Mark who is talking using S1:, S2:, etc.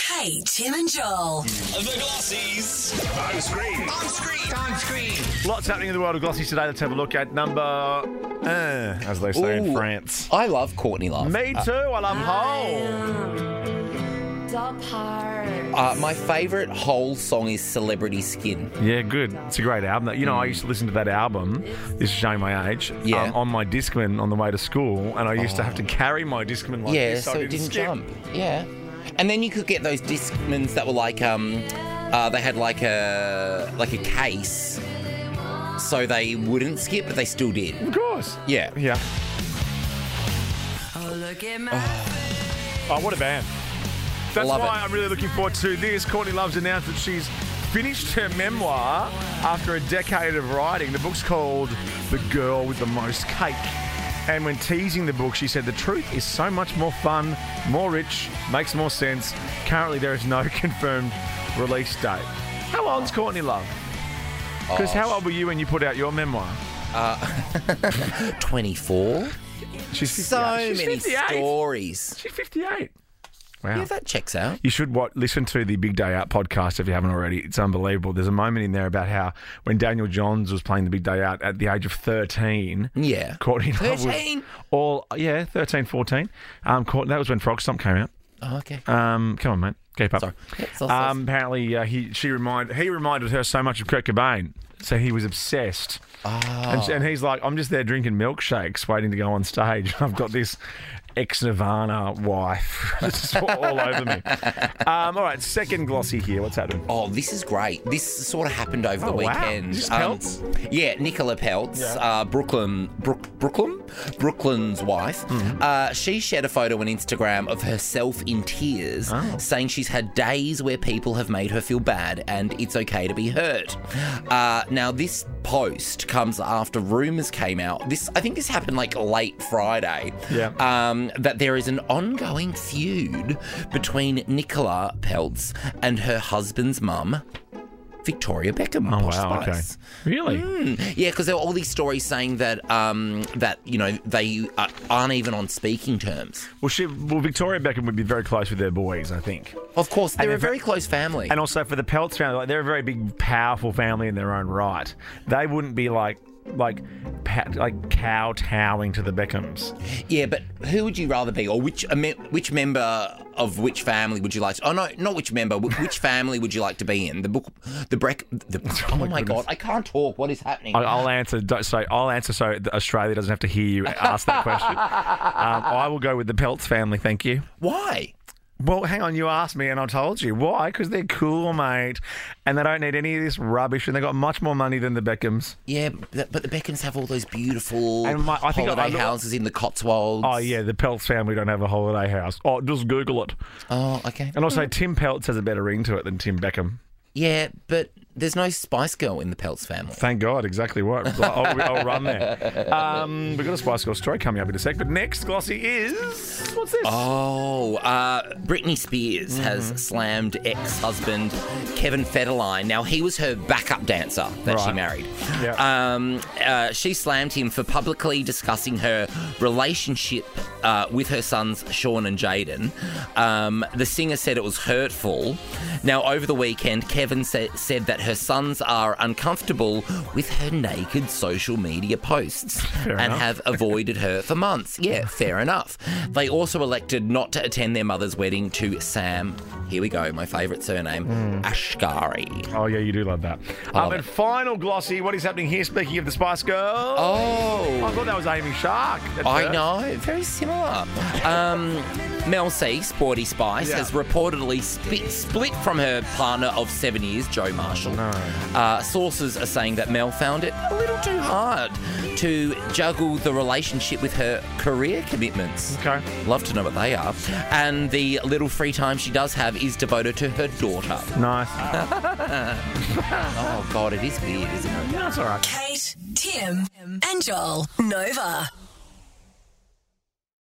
S1: Hey, Tim and Joel.
S2: The Glossies.
S3: On screen.
S2: On screen. On screen.
S4: Lots happening in the world of glossies today. Let's have a look at number, uh, as they say in
S5: Ooh.
S4: France. Uh,
S5: I love Courtney Love.
S4: Me too. I love whole.
S5: Uh, my favourite whole song is Celebrity Skin.
S4: Yeah, good. It's a great album. You know, I used to listen to that album. This is showing my age. um,
S5: Yeah.
S4: on my Discman on the way to school, and I used to have to carry my Discman like
S5: yeah,
S4: this.
S5: so
S4: I
S5: it didn't
S4: skip.
S5: jump. Yeah. And then you could get those discmans that were like um uh, they had like a like a case so they wouldn't skip but they still did.
S4: Of course.
S5: Yeah.
S4: Yeah.
S1: Oh, look at my.
S4: Oh, what a band. That's
S5: Love
S4: why
S5: it.
S4: I'm really looking forward to this. Courtney Love's announced that she's finished her memoir after a decade of writing. The book's called The Girl with the Most Cake. And when teasing the book, she said, The truth is so much more fun, more rich, makes more sense. Currently, there is no confirmed release date. How old's Courtney Love?
S5: Oh,
S4: Because how old were you when you put out your memoir?
S5: 24.
S4: She's 58.
S5: So
S4: She's
S5: many
S4: 58.
S5: stories.
S4: She's 58. Wow.
S5: Yeah, that checks out.
S4: You should wa listen to the Big Day Out podcast if you haven't already. It's unbelievable. There's a moment in there about how when Daniel Johns was playing the Big Day Out at the age of 13,
S5: Yeah.
S4: Courtney Love was
S5: 13?
S4: all yeah, 13, 14. Um, Courtney, that was when Frog Stomp came out.
S5: Oh, okay.
S4: Um, come on, mate, keep up.
S5: Sorry. Yeah, it's all-
S4: Um, apparently, uh, he she reminded he reminded her so much of Kurt Cobain, so he was obsessed.
S5: Ah.
S4: And, and he's like, I'm just there drinking milkshakes, waiting to go on stage. I've got this ex Nirvana wife just all over me. Um, all right, second glossy here. What's happening?
S5: Oh, this is great. This sort of happened over the
S4: Oh, wow.
S5: weekend. Um,
S4: Is this Peltz?
S5: yeah, Nicola Peltz,
S4: Yeah.
S5: uh, Brooklyn, Brook, Brooklyn, Brooklyn's wife.
S4: Mm-hmm.
S5: Uh, she shared a photo on Instagram of herself in tears,
S4: Oh.
S5: saying she's had days where people have made her feel bad, and it's okay to be hurt. Uh, now, this post comes after rumors came out. This, I think, this happened like late Friday
S4: Yeah.
S5: um, that there is an ongoing feud between Nicola Peltz and her husband's mum, Victoria Beckham.
S4: Oh
S5: Posh
S4: wow, okay,
S5: Spice.
S4: really?
S5: Mm, yeah, because there were all these stories saying that um, that you know they uh, aren't even on speaking terms.
S4: Well, she well Victoria Beckham would be very close with their boys, I think.
S5: Of course, they're
S4: And
S5: a
S4: in fact-
S5: very close family.
S4: And also for the Peltz family, like they're a very big, powerful family in their own right. They wouldn't be like like pa- like kowtowing to the Beckhams.
S5: yeah, but who would you rather be, or which a me- which member of which family would you like? To, oh no, not which member. wh- Which family would you like to be in? The book, the break. The, oh my, god, I can't talk. What is happening?
S4: I- I'll answer. don't- So I'll answer so that Australia doesn't have to hear you ask that question. um, I will go with the Peltz family. Thank you.
S5: Why?
S4: Well, hang on. You asked me, and I told you why. Because they're cool, mate, and they don't need any of this rubbish, and they got much more money than the Beckhams.
S5: Yeah, but but the Beckhams have all those beautiful
S4: And my- I think I- I
S5: holiday
S4: look-
S5: houses in the Cotswolds.
S4: Oh yeah, the Peltz family don't have a holiday house. Oh, just Google it.
S5: Oh, okay.
S4: And also, Tim Peltz has a better ring to it than Tim Beckham.
S5: Yeah, but there's no Spice Girl in the Peltz family.
S4: Thank God, exactly right. I'll, I'll run there. Um, we've got a Spice Girl story coming up in a sec, but next glossy is what's this?
S5: Oh, uh, Britney Spears has
S4: Mm.
S5: slammed ex-husband Kevin Federline. Now he was her backup dancer that she
S4: Right.
S5: married.
S4: Yeah.
S5: Um, uh, she slammed him for publicly discussing her relationship uh, with her sons Sean and Jaden. Um, the singer said it was hurtful. Now over the weekend, Kevin sa- said that her sons are uncomfortable with her naked social media posts and
S4: enough.
S5: have avoided her for months. Yeah, fair enough. They also elected not to attend their mother's wedding to Sam. Here we go, my favourite surname, Ashkari.
S4: Oh yeah, you do love that. Um,
S5: Love
S4: and
S5: it.
S4: final glossy. What is happening here? Speaking of the Spice Girls, I
S5: Oh,
S4: thought that was Amy Shark. at
S5: I
S4: first.
S5: know, very similar. Um, Mel C, Sporty Spice,
S4: Yeah.
S5: has reportedly split, split from her partner of seven years, Joe Marshall. Uh, sources are saying that Mel found it a little too hard to juggle the relationship with her career commitments.
S4: Okay.
S5: Love to know what they are. And the little free time she does have is devoted to her daughter.
S4: Nice.
S5: Oh, God, it is weird, isn't it?
S4: That's all right.
S1: Kate, Tim, and Joel. Nova.